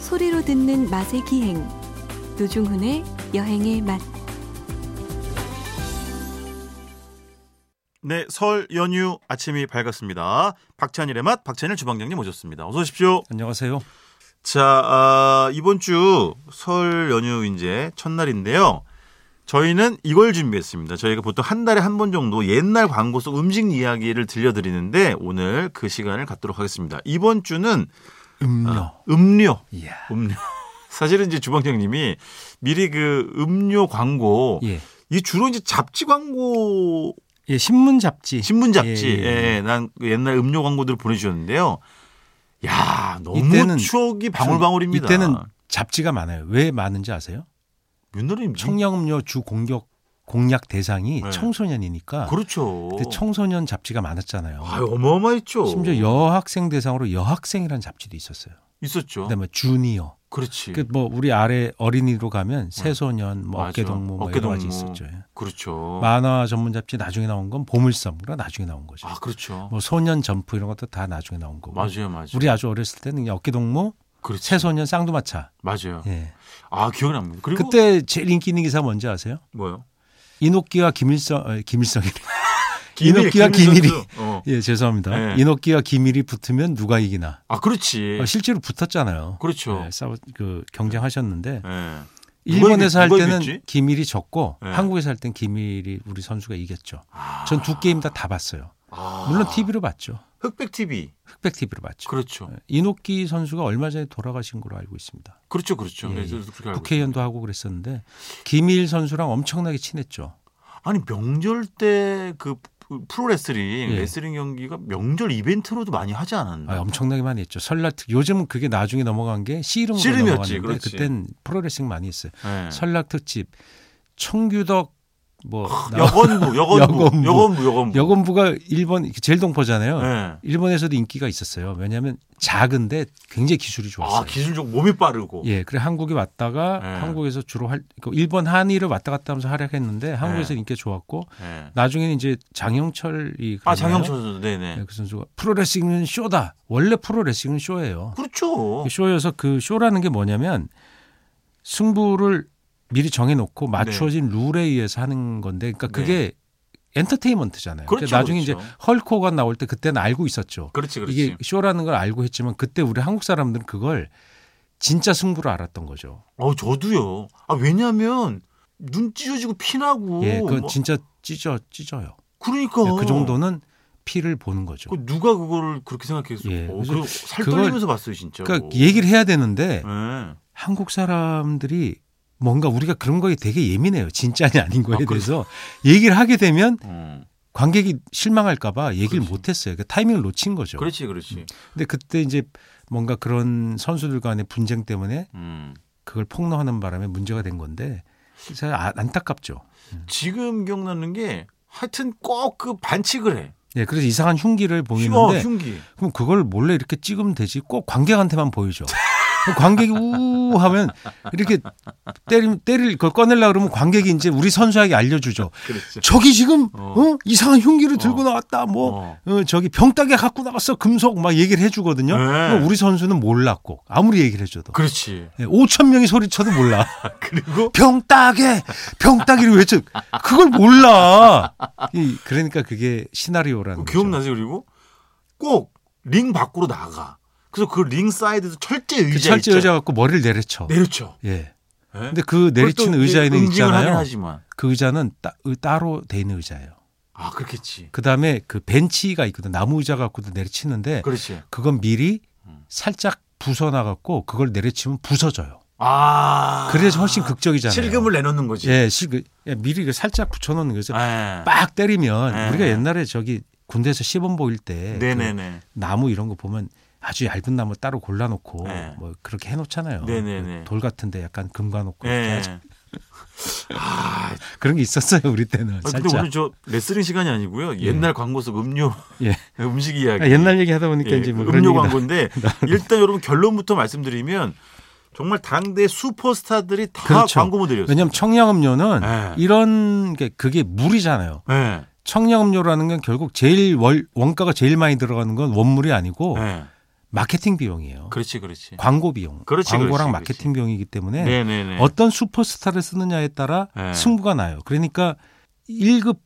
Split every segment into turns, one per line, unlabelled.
소리로 듣는 맛의 기행 노중훈의 여행의 맛
네, 설 연휴 아침이 밝았습니다. 박찬일의 맛, 박찬일 주방장님 모셨습니다. 어서 오십시오.
안녕하세요.
자, 아, 이번 주 설 연휴 이제 첫날인데요. 저희는 이걸 준비했습니다. 저희가 보통 한 달에 한 번 정도 옛날 광고 속 음식 이야기를 들려드리는데 오늘 그 시간을 갖도록 하겠습니다. 이번 주는
음료.
아, 음료.
이야.
음료. 사실은 이제 주방장님이 미리 그 음료 광고
예.
이 주로 이제 잡지 광고
예, 신문 잡지.
신문 잡지.
예,
예,
예.
난그 옛날 음료 광고들을 보내주셨는데요. 야, 너무
이때는
추억이 방울방울입니다.
이때는 잡지가 많아요. 왜 많은지 아세요?
윤노림
청량음료 주 공격 공약 대상이
네.
청소년이니까
그렇죠.
그때 청소년 잡지가 많았잖아요.
아유, 어마어마했죠.
심지어 여학생 대상으로 여학생이라는 잡지도 있었어요.
있었죠.
그다음에 주니어.
그렇지.
네, 그 뭐 우리 아래 어린이로 가면 새소년, 뭐
네. 맞아.
어깨동무 뭐 여러 가지 있었죠. 예.
그렇죠.
만화 전문 잡지 나중에 나온 건 보물섬, 그러 나중에 나온 거죠.
아, 그렇죠.
뭐 소년 점프 이런 것도 다 나중에 나온 거고.
맞아요, 맞아요.
뭐 우리 아주 어렸을 때는 그냥 어깨동무,
그렇지.
새소년 쌍두마차.
맞아요.
예.
아, 기억납니다. 그리고
그때 제일 인기 있는 기사 뭔지 아세요?
뭐요?
이노끼와 김일성, 어, 김일성이. 이노끼와 기밀이.
선수. 어.
예, 죄송합니다.
예.
이노끼와 김일이 붙으면 누가 이기나.
아, 그렇지.
어, 실제로 붙었잖아요.
그렇죠.
예, 싸워, 그 경쟁하셨는데
예. 누가
일본에서 할
이겼- 누가
때는
이겼지?
김일이 졌고
예.
한국에서 할 땐 김일이 우리 선수가 이겼죠.
아.
전 두 게임 다 다 봤어요.
아.
물론 TV로 봤죠.
흑백 TV.
흑백 TV로 봤죠.
그렇죠.
예, 이노끼 선수가 얼마 전에 돌아가신 걸로 알고 있습니다.
그렇죠, 그렇죠.
예,
네,
예.
저도 그렇게 알고
국회의원도 하고 그랬었는데 김일 선수랑 엄청나게 친했죠.
있어요. 아니 명절 때 그 프로레슬링
예.
레슬링 경기가 명절 이벤트로도 많이 하지 않았나?
아,
요
엄청나게 많이 했죠. 설날 특 요즘은 그게 나중에 넘어간 게 씨름으로
씨름이었지,
넘어갔는데
그렇지.
그땐 프로레슬링 많이 했어요.
네.
설날 특집 청규덕 뭐
아,
나-
여건부, 여건부,
여건부.
여건부, 여건부.
여건부가 일본 제일 동포잖아요.
예.
일본에서도 인기가 있었어요. 왜냐하면 작은데 굉장히 기술이 좋았어요.
아 기술적 몸이 빠르고.
예, 그래 한국에 왔다가
예.
한국에서 주로 할 그 일본 한의를 왔다 갔다 하면서 활약했는데 한국에서
네.
인기가 좋았고
예.
나중에는 이제 장영철이
아
그랬나요?
장영철 선수, 네네.
네, 그 선수가 프로레슬링은 쇼다. 원래 프로레슬링은 쇼예요.
그렇죠.
그 쇼여서 그 쇼라는 게 뭐냐면 승부를 미리 정해놓고
네.
맞춰진 룰에 의해서 하는 건데, 그러니까 그게 엔터테인먼트잖아요.
그렇죠,
그러니까 나중에
그렇죠.
이제 헐크호가 나올 때 그때는 알고 있었죠.
그렇지, 그렇지.
이게 쇼라는 걸 알고 했지만 그때 우리 한국 사람들은 그걸 진짜 승부로 알았던 거죠.
어 저도요. 아 왜냐하면 눈 찢어지고 피나고.
예, 그건
뭐-
진짜 찢어 찢어요.
그러니까
그 정도는 피를 보는 거죠.
그 누가 그거를 그렇게 생각했어?
예,
어,
그래서
그리고 살
그걸-
떨리면서 봤어요, 진짜.
그러니까 얘기를 해야 되는데
예.
한국 사람들이 뭔가 우리가 그런 거에 되게 예민해요. 진짜냐 아닌 거에
아,
대해서 얘기를 하게 되면
음.
관객이 실망할까봐 얘기를
그렇지.
못 했어요. 그 타이밍을 놓친 거죠.
그렇지, 그렇지.
근데 그때 이제 뭔가 그런 선수들 간의 분쟁 때문에
음.
그걸 폭로하는 바람에 문제가 된 건데 사실 아- 안타깝죠.
지금 기억나는 게 하여튼 꼭 그 반칙을 해.
예, 그래서 이상한 흉기를
흉어,
보이는데
흉기.
그럼 그걸 몰래 이렇게 찍으면 되지 꼭 관객한테만 보여줘. 그럼 관객이 우 하면 이렇게 때리 때릴 그걸 꺼내려 그러면 관객이 이제 우리 선수에게 알려주죠.
그렇지.
네. 저기 지금
어.
어? 이상한 흉기를 들고
어.
나왔다 뭐
어.
어, 저기 병따개 갖고 나왔어 금속 막 얘기를 해주거든요.
네.
그럼 우리 선수는 몰랐고 아무리 얘기를 해줘도
그렇지.
예, 5천 명이 소리쳐도 몰라.
그리고
병따개 병따개를 외쳐 그걸 몰라. 이, 그러니까 그게 시나리오라는 거죠.
기억나세요? 그리고 꼭 링 밖으로 나가. 그래서 그 링 사이드에서 철제
그
의자
철제
있죠.
의자 갖고 머리를 내려쳐.
내려쳐.
예.
예?
근데 그
그걸 또
내리치는
이제
의자에는
응징을 하긴
있잖아요.
하지만.
그 의자는 따, 의- 따로 돼 있는 의자예요.
아 그렇겠지.
그 다음에 그 벤치가 있거든. 나무 의자 갖고도 내리치는데
그렇지.
그건 미리
음.
살짝 부숴나갖고 그걸 내려치면 부서져요.
아
그래서 훨씬 극적이잖아요.
실금을 내놓는 거지.
예, 실금. 예, 미리 이걸 살짝 붙여놓는 거죠.
예.
빡 때리면
예.
우리가 옛날에 저기 군대에서 시범 보일 때 그
네네네.
나무 이런 거 보면 아주 얇은 나무 따로 골라놓고
예.
뭐 그렇게 해놓잖아요.
네네네.
그돌 같은데 약간 금가놓고 이렇게
예.
하자.
아,
그런 게 있었어요 우리 때는
아, 근데
살짝.
오늘 저 레슬링 시간이 아니고요. 옛날 광고 속 음료,
예.
음식 이야기.
아, 옛날 얘기하다 보니까
예,
이제 뭐 그런
음료
얘기나- 뭐.
광고인데 일단 여러분 결론부터 말씀드리면 정말 당대 슈퍼스타들이 다
그렇죠.
광고 모델이었어요.
왜냐하면 청량음료는
예.
이런 게 그게 물이잖아요.
예.
청량음료라는 건 결국 제일 월, 원가가 제일 많이 들어가는 건 원물이 아니고
예.
마케팅 비용이에요.
그렇지, 그렇지.
광고 비용.
그렇지, 그렇지,
광고랑 마케팅 비용이기 때문에
네, 네, 네.
어떤 슈퍼스타를 쓰느냐에 따라
네.
승부가 나요. 그러니까 1급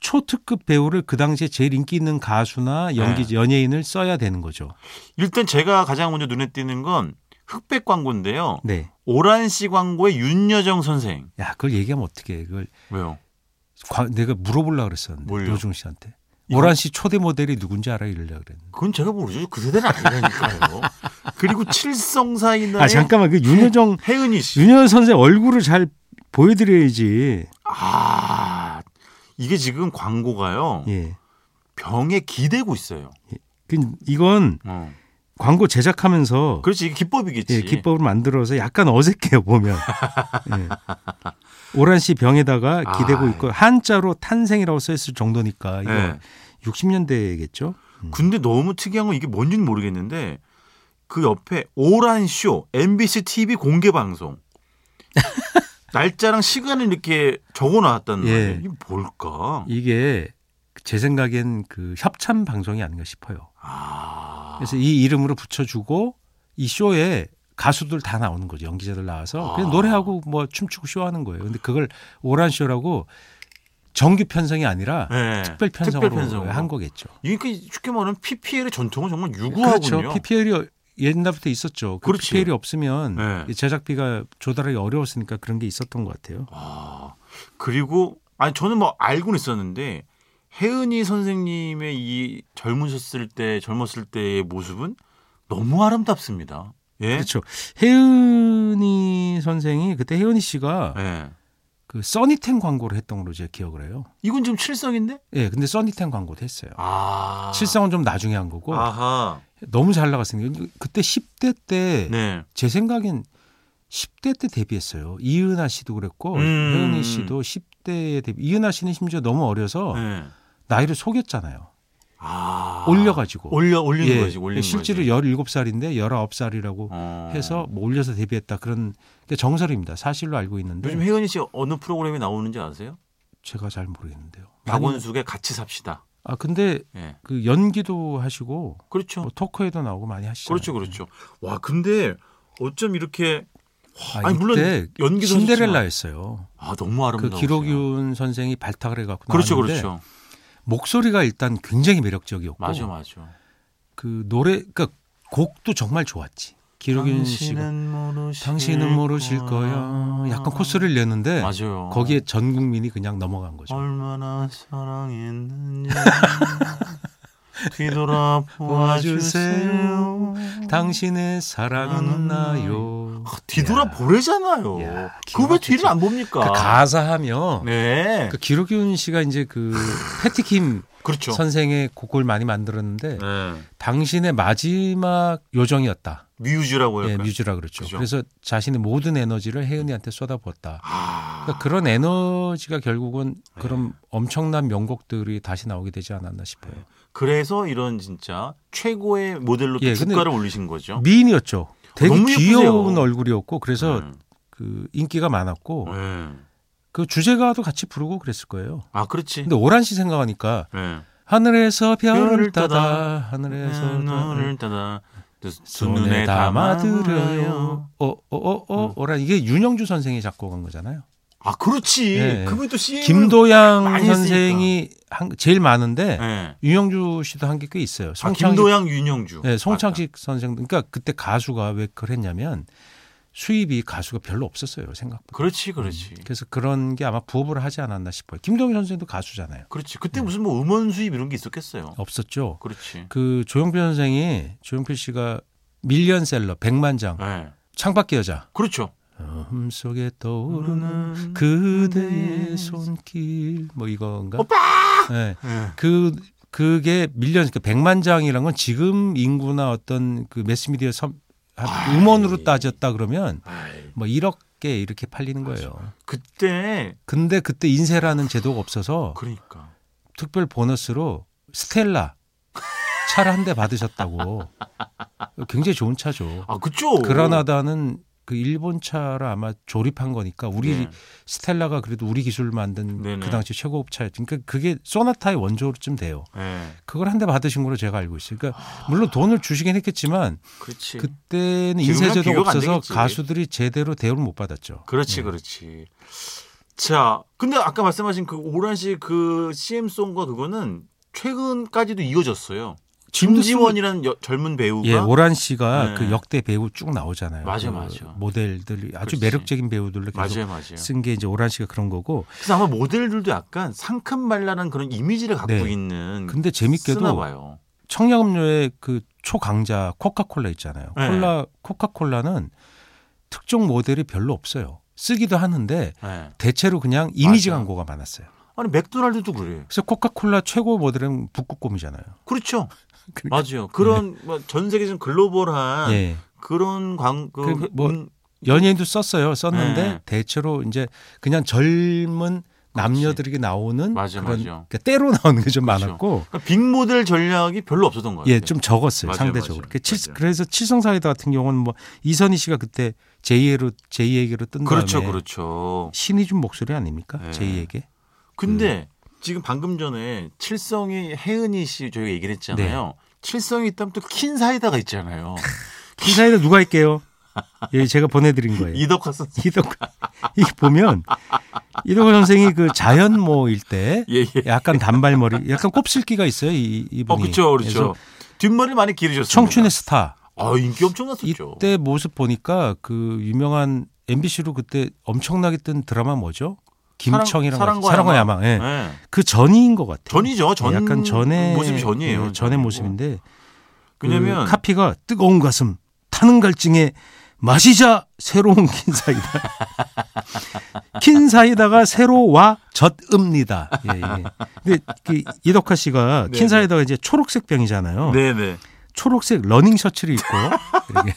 초특급 배우를 그 당시에 제일 인기 있는 가수나 연기
네.
연예인을 써야 되는 거죠.
일단 제가 가장 먼저 눈에 띄는 건 흑백 광고인데요.
네.
오란 씨 광고의 윤여정 선생.
야, 그걸 얘기하면 어떻게 해? 그걸
왜요?
과- 내가 물어보려고 그랬었는데
뭘요?
노중 씨한테.
이거-
오란 씨 초대 모델이 누군지 알아 이러려고 그랬는데.
그건 제가 모르죠. 그 세대는 아니라니까요. 그리고 칠성사인단의
아, 잠깐만.
네.
그 윤여정
혜은이 씨.
윤여 선생 얼굴을 잘 보여 드려야지.
아, 이게 지금 광고가요.
예.
병에 기대고 있어요.
그 이건
어.
광고 제작하면서
그렇지, 이게 기법이겠지.
예, 기법을 만들어서 약간 어색해요 보면. 예. 오란 씨 병에다가
아,
기대고
예.
있고 한자로 탄생이라고 써 있을 정도니까 이거
예.
60년대겠죠.
근데 너무 특이한 건 이게 뭔지는 모르겠는데 그 옆에 오란 쇼 MBC TV 공개 방송 날짜랑 시간을 이렇게 적어 놨단 말이에요.
예.
이게 뭘까?
이게 제 생각엔 그 협찬 방송이 아닌가 싶어요.
아.
그래서 이 이름으로 붙여주고 이 쇼에 가수들 다 나오는 거죠. 연기자들 나와서 그냥
아.
노래하고 뭐 춤추고 쇼하는 거예요. 근데 그걸 오란 쇼라고 정규 편성이 아니라
네.
특별 편성으로 한 거겠죠.
이게 쉽게 말하면 PPL의 전통은 정말 유구하군요.
그렇죠. PPL이 옛날부터 있었죠. 그
그렇지.
PPL이 없으면
네.
이 제작비가 조달하기 어려웠으니까 그런 게 있었던 것 같아요.
아, 그리고 아니 저는 뭐 알고는 있었는데 혜은이 선생님의 이 젊으셨을 때 젊었을 때의 모습은 너무 아름답습니다. 예.
그렇죠. 혜은이 선생이 그때 혜은이 씨가
예.
그 써니텐 광고를 했던 걸로 제가 기억을 해요.
이건 지금 칠성인데?
예, 근데 써니텐 광고도 했어요.
아.
실상은 좀 나중에 한 거고
아하.
너무 잘 나갔습니다. 그때 10대 때 제
네.
생각엔 10대 때 데뷔했어요. 이은하 씨도 그랬고
음.
혜은이 씨도 10대에 데뷔. 이은하 씨는 심지어 너무 어려서
네.
나이를 속였잖아요.
아.
올려가지고
올려 올리는
예,
거지. 올리는
실제로
거지.
17살인데 19살이라고
어.
해서 뭐 올려서 데뷔했다 그런 게 정설입니다. 사실로 알고 있는데
요즘 혜은이 씨 어느 프로그램에 나오는지 아세요?
제가 잘 모르겠는데요. 많이-
박원숙의 같이 삽시다.
아 근데
예.
그 연기도 하시고
그렇죠.
뭐 토크에도 나오고 많이 하시죠.
그렇죠, 그렇죠. 와, 근데 어쩜 이렇게
아,
아니,
니
물론
물론
연기도 하셨지만.
신데렐라였어요.
아 너무
그
아름다워.
기록윤 선생이 발탁을 해갖고
그렇죠,
나왔는데
그렇죠.
목소리가 일단 굉장히 매력적이었고
맞아, 맞아.
그 노래 그러니까 곡도 정말 좋았지. 기록윤 씨가
모르실,
당신은 모르실 거야. 약간 콧소리를 냈는데
맞아요.
거기에 전 국민이 그냥 넘어간 거죠.
얼마나 사랑했는지 뒤돌아보아 주세요.
보아주세요. 당신의 사랑은 나요.
아. 뒤돌아보래잖아요.
이야, 기가
그왜 뒤를
막히지.
안 봅니까?
그 가사하며
네,
그 기록윤 씨가 이제 그 패티킴
그, 렇죠
선생의 곡을 많이 만들었는데
네.
당신의 마지막 요정이었다.
뮤즈라고 해요.
예, 뮤즈라 그랬죠.
뭐 그죠.
그래서 자신의 모든 에너지를 혜은이한테 쏟아부었다.
아,
그러니까 그런 에너지가 결국은
네.
그런 엄청난 명곡들이 다시 나오게 되지 않았나 싶어요.
그래서 이런 진짜 최고의 모델로
예, 근데
주가를 올리신 거죠.
미인이었죠. 되게
어? 너무 예쁘세요.
귀여운 얼굴이었고 그래서
네.
그 인기가 많았고
네.
그 주제가도 같이 부르고 그랬을 거예요.
아, 그렇지.
근데 오란 씨 생각하니까
네.
하늘에서
별을
별을
따다, 음,
따다 하늘에서
눈을
별을
네, 따다 두- 두
손에
눈에 담아드려요. 음.
담아드려요. 어어어어 오란 이게 윤영주 선생이 작곡한 거잖아요.
아 그렇지.
예, 예.
그분이 또 CM.
김도양
많이
선생이 한, 제일 많은데
예.
윤영주 씨도 한 게 꽤 있어요.
아,
송창식,
김도양 윤영주.
예, 송창식 선생 그러니까 그때 가수가 왜 그걸 했냐면 수입이 가수가 별로 없었어요 생각보다.
맞다. 아, 그렇지, 그렇지.
그래서 그런 게 아마 부업을 하지 않았나 싶어요. 김도영 선생도 가수잖아요.
그렇지.
예.
그때 무슨 뭐 음원 수입 이런 게 있었겠어요.
없었죠.
그렇지.
그 조용필 선생이 조용필 씨가 밀리언셀러 100만 장
예.
창밖의 여자
그렇죠. 음.
음 속에 떠오르는 그대의 손길 뭐 이건가?
어?
오빠. 네.
예.
그 그게 밀리언 그 100만 장이란 건 지금 인구나 어떤 그 매스미디어 섬
아,
하-
예.
음원으로 따졌다 그러면
아이,
뭐 1억 개 이렇게 팔리는
그렇죠.
거예요.
그때
근데 그때 인세라는 제도가 없어서
그러니까.
특별 보너스로 스텔라 차를 한 대 받으셨다고. 굉장히 좋은 차죠.
아 그죠.
그라나다는 그 일본 차를 아마 조립한 거니까 우리
네.
스텔라가 그래도 우리 기술로 만든
네네.
그 당시 최고급 차였죠. 그러니까 그게 소나타의 원조쯤 돼요.
네.
그걸 한 대 받으신 걸로 제가 알고 있어요. 그러니까 물론 돈을 주시긴 했겠지만
그렇지. 그...
그때는
지금이랑
인쇄제도가
비교가 안
없어서
되겠지.
가수들이 제대로 대우를 못 받았죠.
렇지 그렇지. 자, 근데 아까 말씀하신 그 오란 씨 그 CM 송과 그거는 최근까지도 이어졌어요. 김지원이라는 여- 젊은 배우가
예, 오란 씨가
네.
그 역대 배우 쭉 나오잖아요.
맞아,
그
맞아.
모델들이
그렇지.
아주 매력적인 배우들로 계속
맞아요, 맞아요.
쓴 게 이제 오란 씨가 그런 거고.
그래서 아마 모델들도 약간 상큼발랄한 그런 이미지를 갖고
네.
있는 쓰나
근데 재밌게도
봐요.
청량음료의 그 초강자 코카콜라 있잖아요.
네.
콜라 코카콜라는 특정 모델이 별로 없어요. 쓰기도 하는데
네.
대체로 그냥 이미지
맞아.
광고가 많았어요.
아니 맥도날드도 그래.
그래서 코카콜라 최고 모델은 북극곰이잖아요.
그렇죠.
그러니까-
맞아요. 그런 뭐전 세계적인 글로벌한
예.
그런 광고
그 뭐-
음,
연예인도 썼어요. 썼는데
네.
대체로 이제 그냥 젊은 남녀들에게 나오는
맞아,
그런
맞아.
그러니까 때로 나오는 게 좀
그렇죠.
많았고
그러니까 빅모델 전략이 별로 없었던 것 같아요.
예, 좀 적었어요.
맞아요,
상대적으로.
맞아요,
그 칠-
맞아요.
그래서 칠성사이다 같은 경우는 뭐 이선희 씨가 그때 제이에로 제이에게로 뜬
그렇죠,
다음에
그렇죠.
신이 준 목소리 아닙니까?
네.
제이에게.
근데
음.
지금 방금 전에 칠성이 혜은이 씨 저희가 얘기를
네.
했잖아요. 칠성이 있다면 또 킨 사이다가 있잖아요.
칠성사이다 누가 할게요? 예, 제가 보내드린 거예요.
이덕화 선생.
이덕 이게 보면 이덕호 선생이 그 자연모일 때
예, 예.
약간 단발머리, 약간 곱슬기가 있어요 이
어,
이분이.
그렇죠,
예. 그래서
그렇죠. 뒷머리를 많이 길으셨어요.
청춘의 스타.
아, 인기 엄청났었죠.
이때 모습 보니까 그 유명한 MBC로 그때 엄청나게 뜬 드라마 뭐죠? 김청이랑
사랑-
같이-
사랑과
야망. 예.
네.
그 전인 것 같아요. 예,
전이죠. 전
네, 약간 전의
모습이 전이에요. 네.
예, 전의 모습인데 그
왜냐면
카피가 뜨거운 가슴 타는 갈증에 마시자 새로운 킨 사이다. 킨 사이다가 새로 와 젖읍니다. 예, 예. 근데 그 이덕화 씨가
네네.
킨 사이다가 이제 초록색 병이잖아요.
네, 네.
초록색 러닝 셔츠를 입고 이렇게.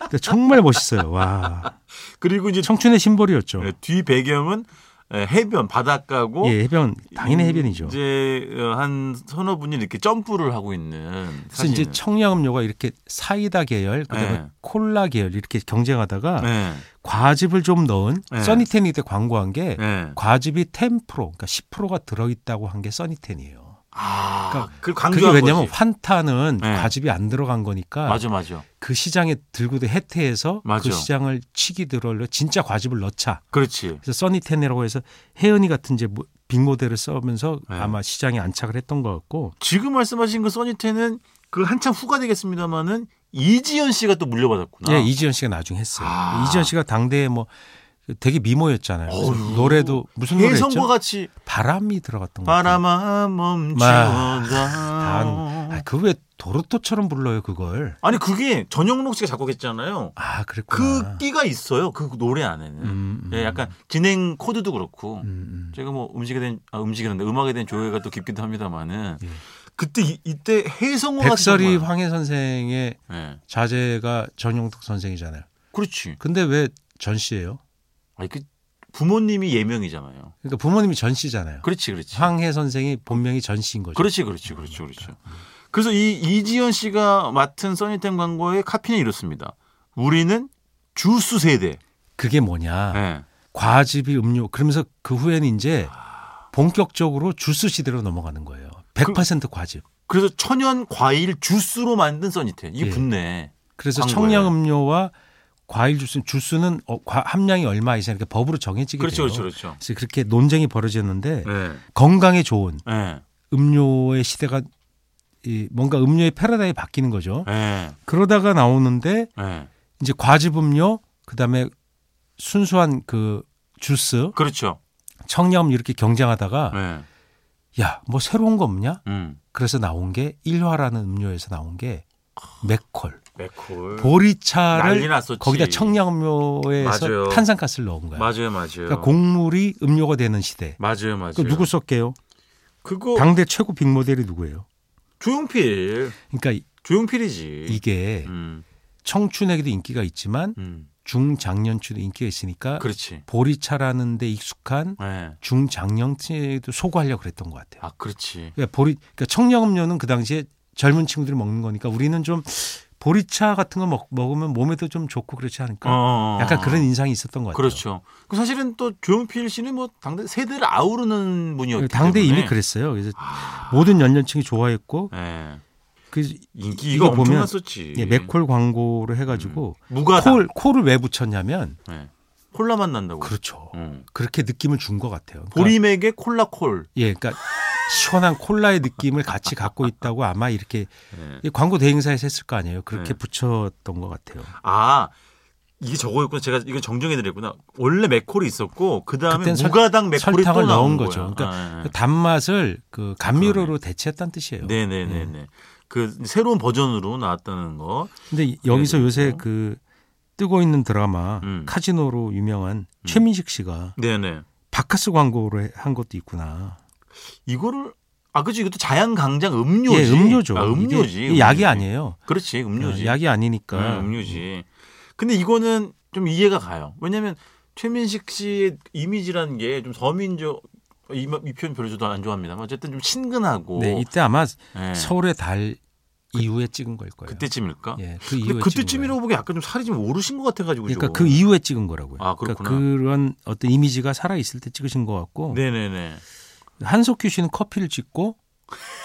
근데 정말 멋있어요. 와
그리고 이제
청춘의 심벌이었죠.
네, 뒤 배경은 에, 해변 바닷가고
예, 해변 당연히 해변이죠.
이제 어, 한 서너 분이 이렇게 점프를 하고 있는
그래서
사진은.
이제 청량음료가 이렇게 사이다 계열, 그다음에
네.
콜라 계열 이렇게 경쟁하다가
네.
과즙을 좀 넣은
네.
써니텐이 때 광고한 게
네.
과즙이 10% 그러니까 10%가 들어있다고 한 게 써니텐이에요.
아,
그러니까
그
그게
강조한
왜냐면
거지.
환타는
네.
과즙이 안 들어간 거니까
맞아, 맞아.
그 시장에 들고도 해태해서
맞아.
그 시장을 치기 들어려 진짜 과즙을 넣자.
그렇지.
그래서 써니텐이라고 해서 혜은이 같은 이제 모- 빅모델을 써면서
네.
아마 시장에 안착을 했던 것 같고
지금 말씀하신 그 써니텐은 그 한참 후가 되겠습니다만은 이지연 씨가 또 물려받았구나.
예, 이지연 씨가 나중에 했어요.
아.
이지연 씨가 당대에 뭐 되게 미모였잖아요. 그래서
어휴.
노래도 무슨 노래였죠? 음,
해성과 같이
바람이 들어갔던 거 같아요.
바람아 멈추어다.
아, 그 왜 도로토처럼 불러요 그걸?
아니 그게 전영록 씨가 작곡했잖아요.
아
그
그랬구나.
끼가 있어요. 그 노래 안에는.
음, 음.
예, 약간 진행 코드도 그렇고.
음, 음.
제가 뭐 음식에 대한 아, 음식이란데 음악에 대한 조예가 또 깊기도 합니다만은
예.
그때 이, 이때 해성호가
백설이
정말-
황해 선생의
예.
자제가 전용덕 선생이잖아요.
그렇지.
근데 왜 전 씨예요?
아니 그 부모님이 예명이잖아요.
그러니까 부모님이 전 씨잖아요.
그렇지, 그렇지.
황해 선생이 본명이 전 씨인 거죠.
그렇지, 그렇지, 그렇지, 그렇죠. 그래서 이 이지연 씨가 맡은 써니텐 광고의 카피는 이렇습니다. 우리는 주스 세대.
그게 뭐냐?
예.
과즙이 음료. 그러면서 그 후에는 이제
아.
본격적으로 주스 시대로 넘어가는 거예요.
그
100% 과즙.
그래서 천연 과일 주스로 만든 써니텐. 이게
예.
붙네.
그래서
광고예요.
청량 음료와 과일 주스, 주스는 어, 과- 함량이 얼마 이상 이렇게 법으로 정해지게
그렇죠,
돼요.
그렇죠, 그렇죠.
그래서 그렇게 논쟁이 벌어지는데
예.
건강에 좋은
예.
음료의 시대가 이 뭔가 음료의 패러다임이 바뀌는 거죠.
예.
그러다가 나오는데
예.
이제 과즙 음료, 그다음에 순수한 그 주스,
그렇죠.
청량음 이렇게 경쟁하다가
예.
야, 뭐 새로운 거 없냐?
음.
그래서 나온 게 일화라는 음료에서 나온 게 맥콜.
맥콜. 난리
보리차를
났었지.
거기다 청량음료에서
맞아요.
탄산가스를 넣은 거야.
맞아요, 맞아요.
그러니까 곡물이 음료가 되는 시대.
맞아요, 맞아요.
그 누구 썼게요?
그거
당대 최고 빅 모델이 누구예요?
조용필.
그러니까
예.
이-
조용필이지.
이게
음.
청춘에게도 인기가 있지만
음.
중장년층도 인기가 있으니까
그렇지.
보리차라는 데 익숙한
예.
중장년층에도 소구하려고 그랬던 것 같아요.
아, 그렇지.
그러니까 보리 그러니까 청량음료는 그 당시에 젊은 친구들이 먹는 거니까 우리는 좀 보리차 같은 거 먹, 먹으면 몸에도 좀 좋고 그렇지 않을까?
어.
약간 그런 인상이 있었던 것 같아요.
그렇죠. 그 사실은 또 조용필 씨는 뭐 당대 세대를 아우르는 분이었기
그 당대
때문에 아,
이미 그랬어요. 그래서 모든 연령층이 좋아했고
예.
그
인기가
이거 보면
엄청났었지.
예, 맥콜 광고를 해가지고
무가당.
콜 코를 왜 붙였냐면
예. 콜라 맛 난다고.
그렇죠.
음.
그렇게 느낌을 준 것 같아요. 그러니까
보리맥의 콜라 콜.
예, 그러니까 시원한 콜라의 느낌을 같이 갖고 있다고 아마 이렇게
예.
이 광고 대행사에서 했을 거 아니에요.
네.
그렇게 붙였던 것 같아요.
아 이게 저거였구나. 제가 이건 정정해드렸구나. 원래 맥콜이 있었고 그 다음에
그땐 설-
무가당 맥콜이 또
설탕을
나온
넣은 거죠.
거야. 아,
그러니까
예.
그 단맛을 그 감미료로 대체했다는 뜻이에요. 예.
네네네네. 그 새로운 버전으로 나왔다는 거.
근데 여기서
그래요.
요새 그 뜨고 있는 드라마
음.
카지노로 유명한 최민식 씨가
네네.
바카스 광고를 해- 한 것도 있구나.
이거를 아 그죠 이것도 자양강장 음료지.
예, 음료죠.
아, 음료지.
이게 이게 약이
음료지.
아니에요.
그렇지 음료지.
어, 약이 아니니까.
음, 음료지. 근데 이거는 좀 이해가 가요. 왜냐하면 최민식 씨의 이미지라는 게 좀 서민적 이, 마- 이 표현 별로 저도 안 좋아합니다만 어쨌든 좀 친근하고
네, 이때 아마
예.
서울의 달 이후에 찍은 걸 거예요.
그때쯤일까?
예, 그
근데
이후에 찍은 거예요.
그때쯤이라고 보기 약간 좀 살이 좀 오르신 것 같아가지고
그러니까 그 이후에 찍은 거라고요.
아,
그러니까
그렇구나.
그런 어떤 이미지가 살아 있을 때 찍으신 것 같고
네네네.
한석규 씨는 커피를 찍고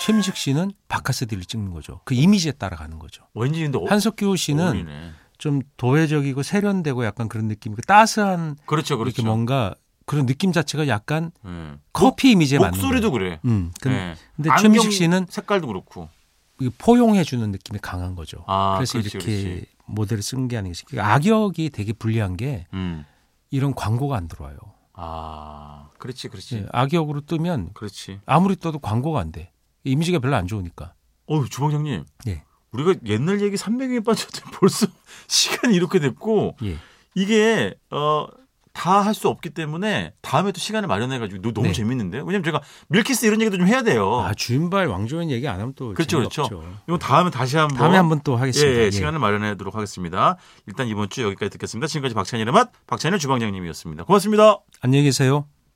최민식 씨는 바카스디를 찍는 거죠. 그 이미지에 따라가는 거죠.
왠지 근데 어-
한석규 씨는
어울리네.
좀 도회적이고 세련되고 약간 그런 느낌이고 따스한
그렇죠 그렇죠.
이렇게 뭔가 그런 느낌 자체가 약간
예.
커피 이미지에 맞는
목소리도
거예요.
그래.
음, 근데,
예.
근데
안경
최민식 씨는
색깔도 그렇고.
이 포용해주는 느낌이 강한 거죠.
아,
그래서
그렇지,
이렇게
그렇지.
모델을 쓴 게 아니겠어요. 그러니까 악역이 되게 불리한 게
음.
이런 광고가 안 들어와요.
아 그렇지 그렇지.
예, 악역으로 뜨면
그렇지.
아무리 떠도 광고가 안 돼. 이미지가 별로 안 좋으니까.
어유 주방장님.
예.
우리가 옛날 얘기 300에 빠졌는데 벌써 시간이 이렇게 됐고
예.
이게 어다 할 수 없기 때문에 다음에 또 시간을 마련해 가지고 너무
네.
재밌는데 왜냐면 제가 밀키스 이런 얘기도 좀 해야 돼요.
아, 주인발 왕조연 얘기 안 하면 또
어. 그렇죠,
재미없죠.
그렇죠. 이건 다음에 다시 한번
다음에 한번 또 하겠습니다.
예, 예,
예.
시간을 마련하도록 하겠습니다. 일단 이번 주 여기까지 듣겠습니다. 지금까지 박찬일의 맛 박찬일 주방장님이었습니다. 고맙습니다.
안녕히 계세요.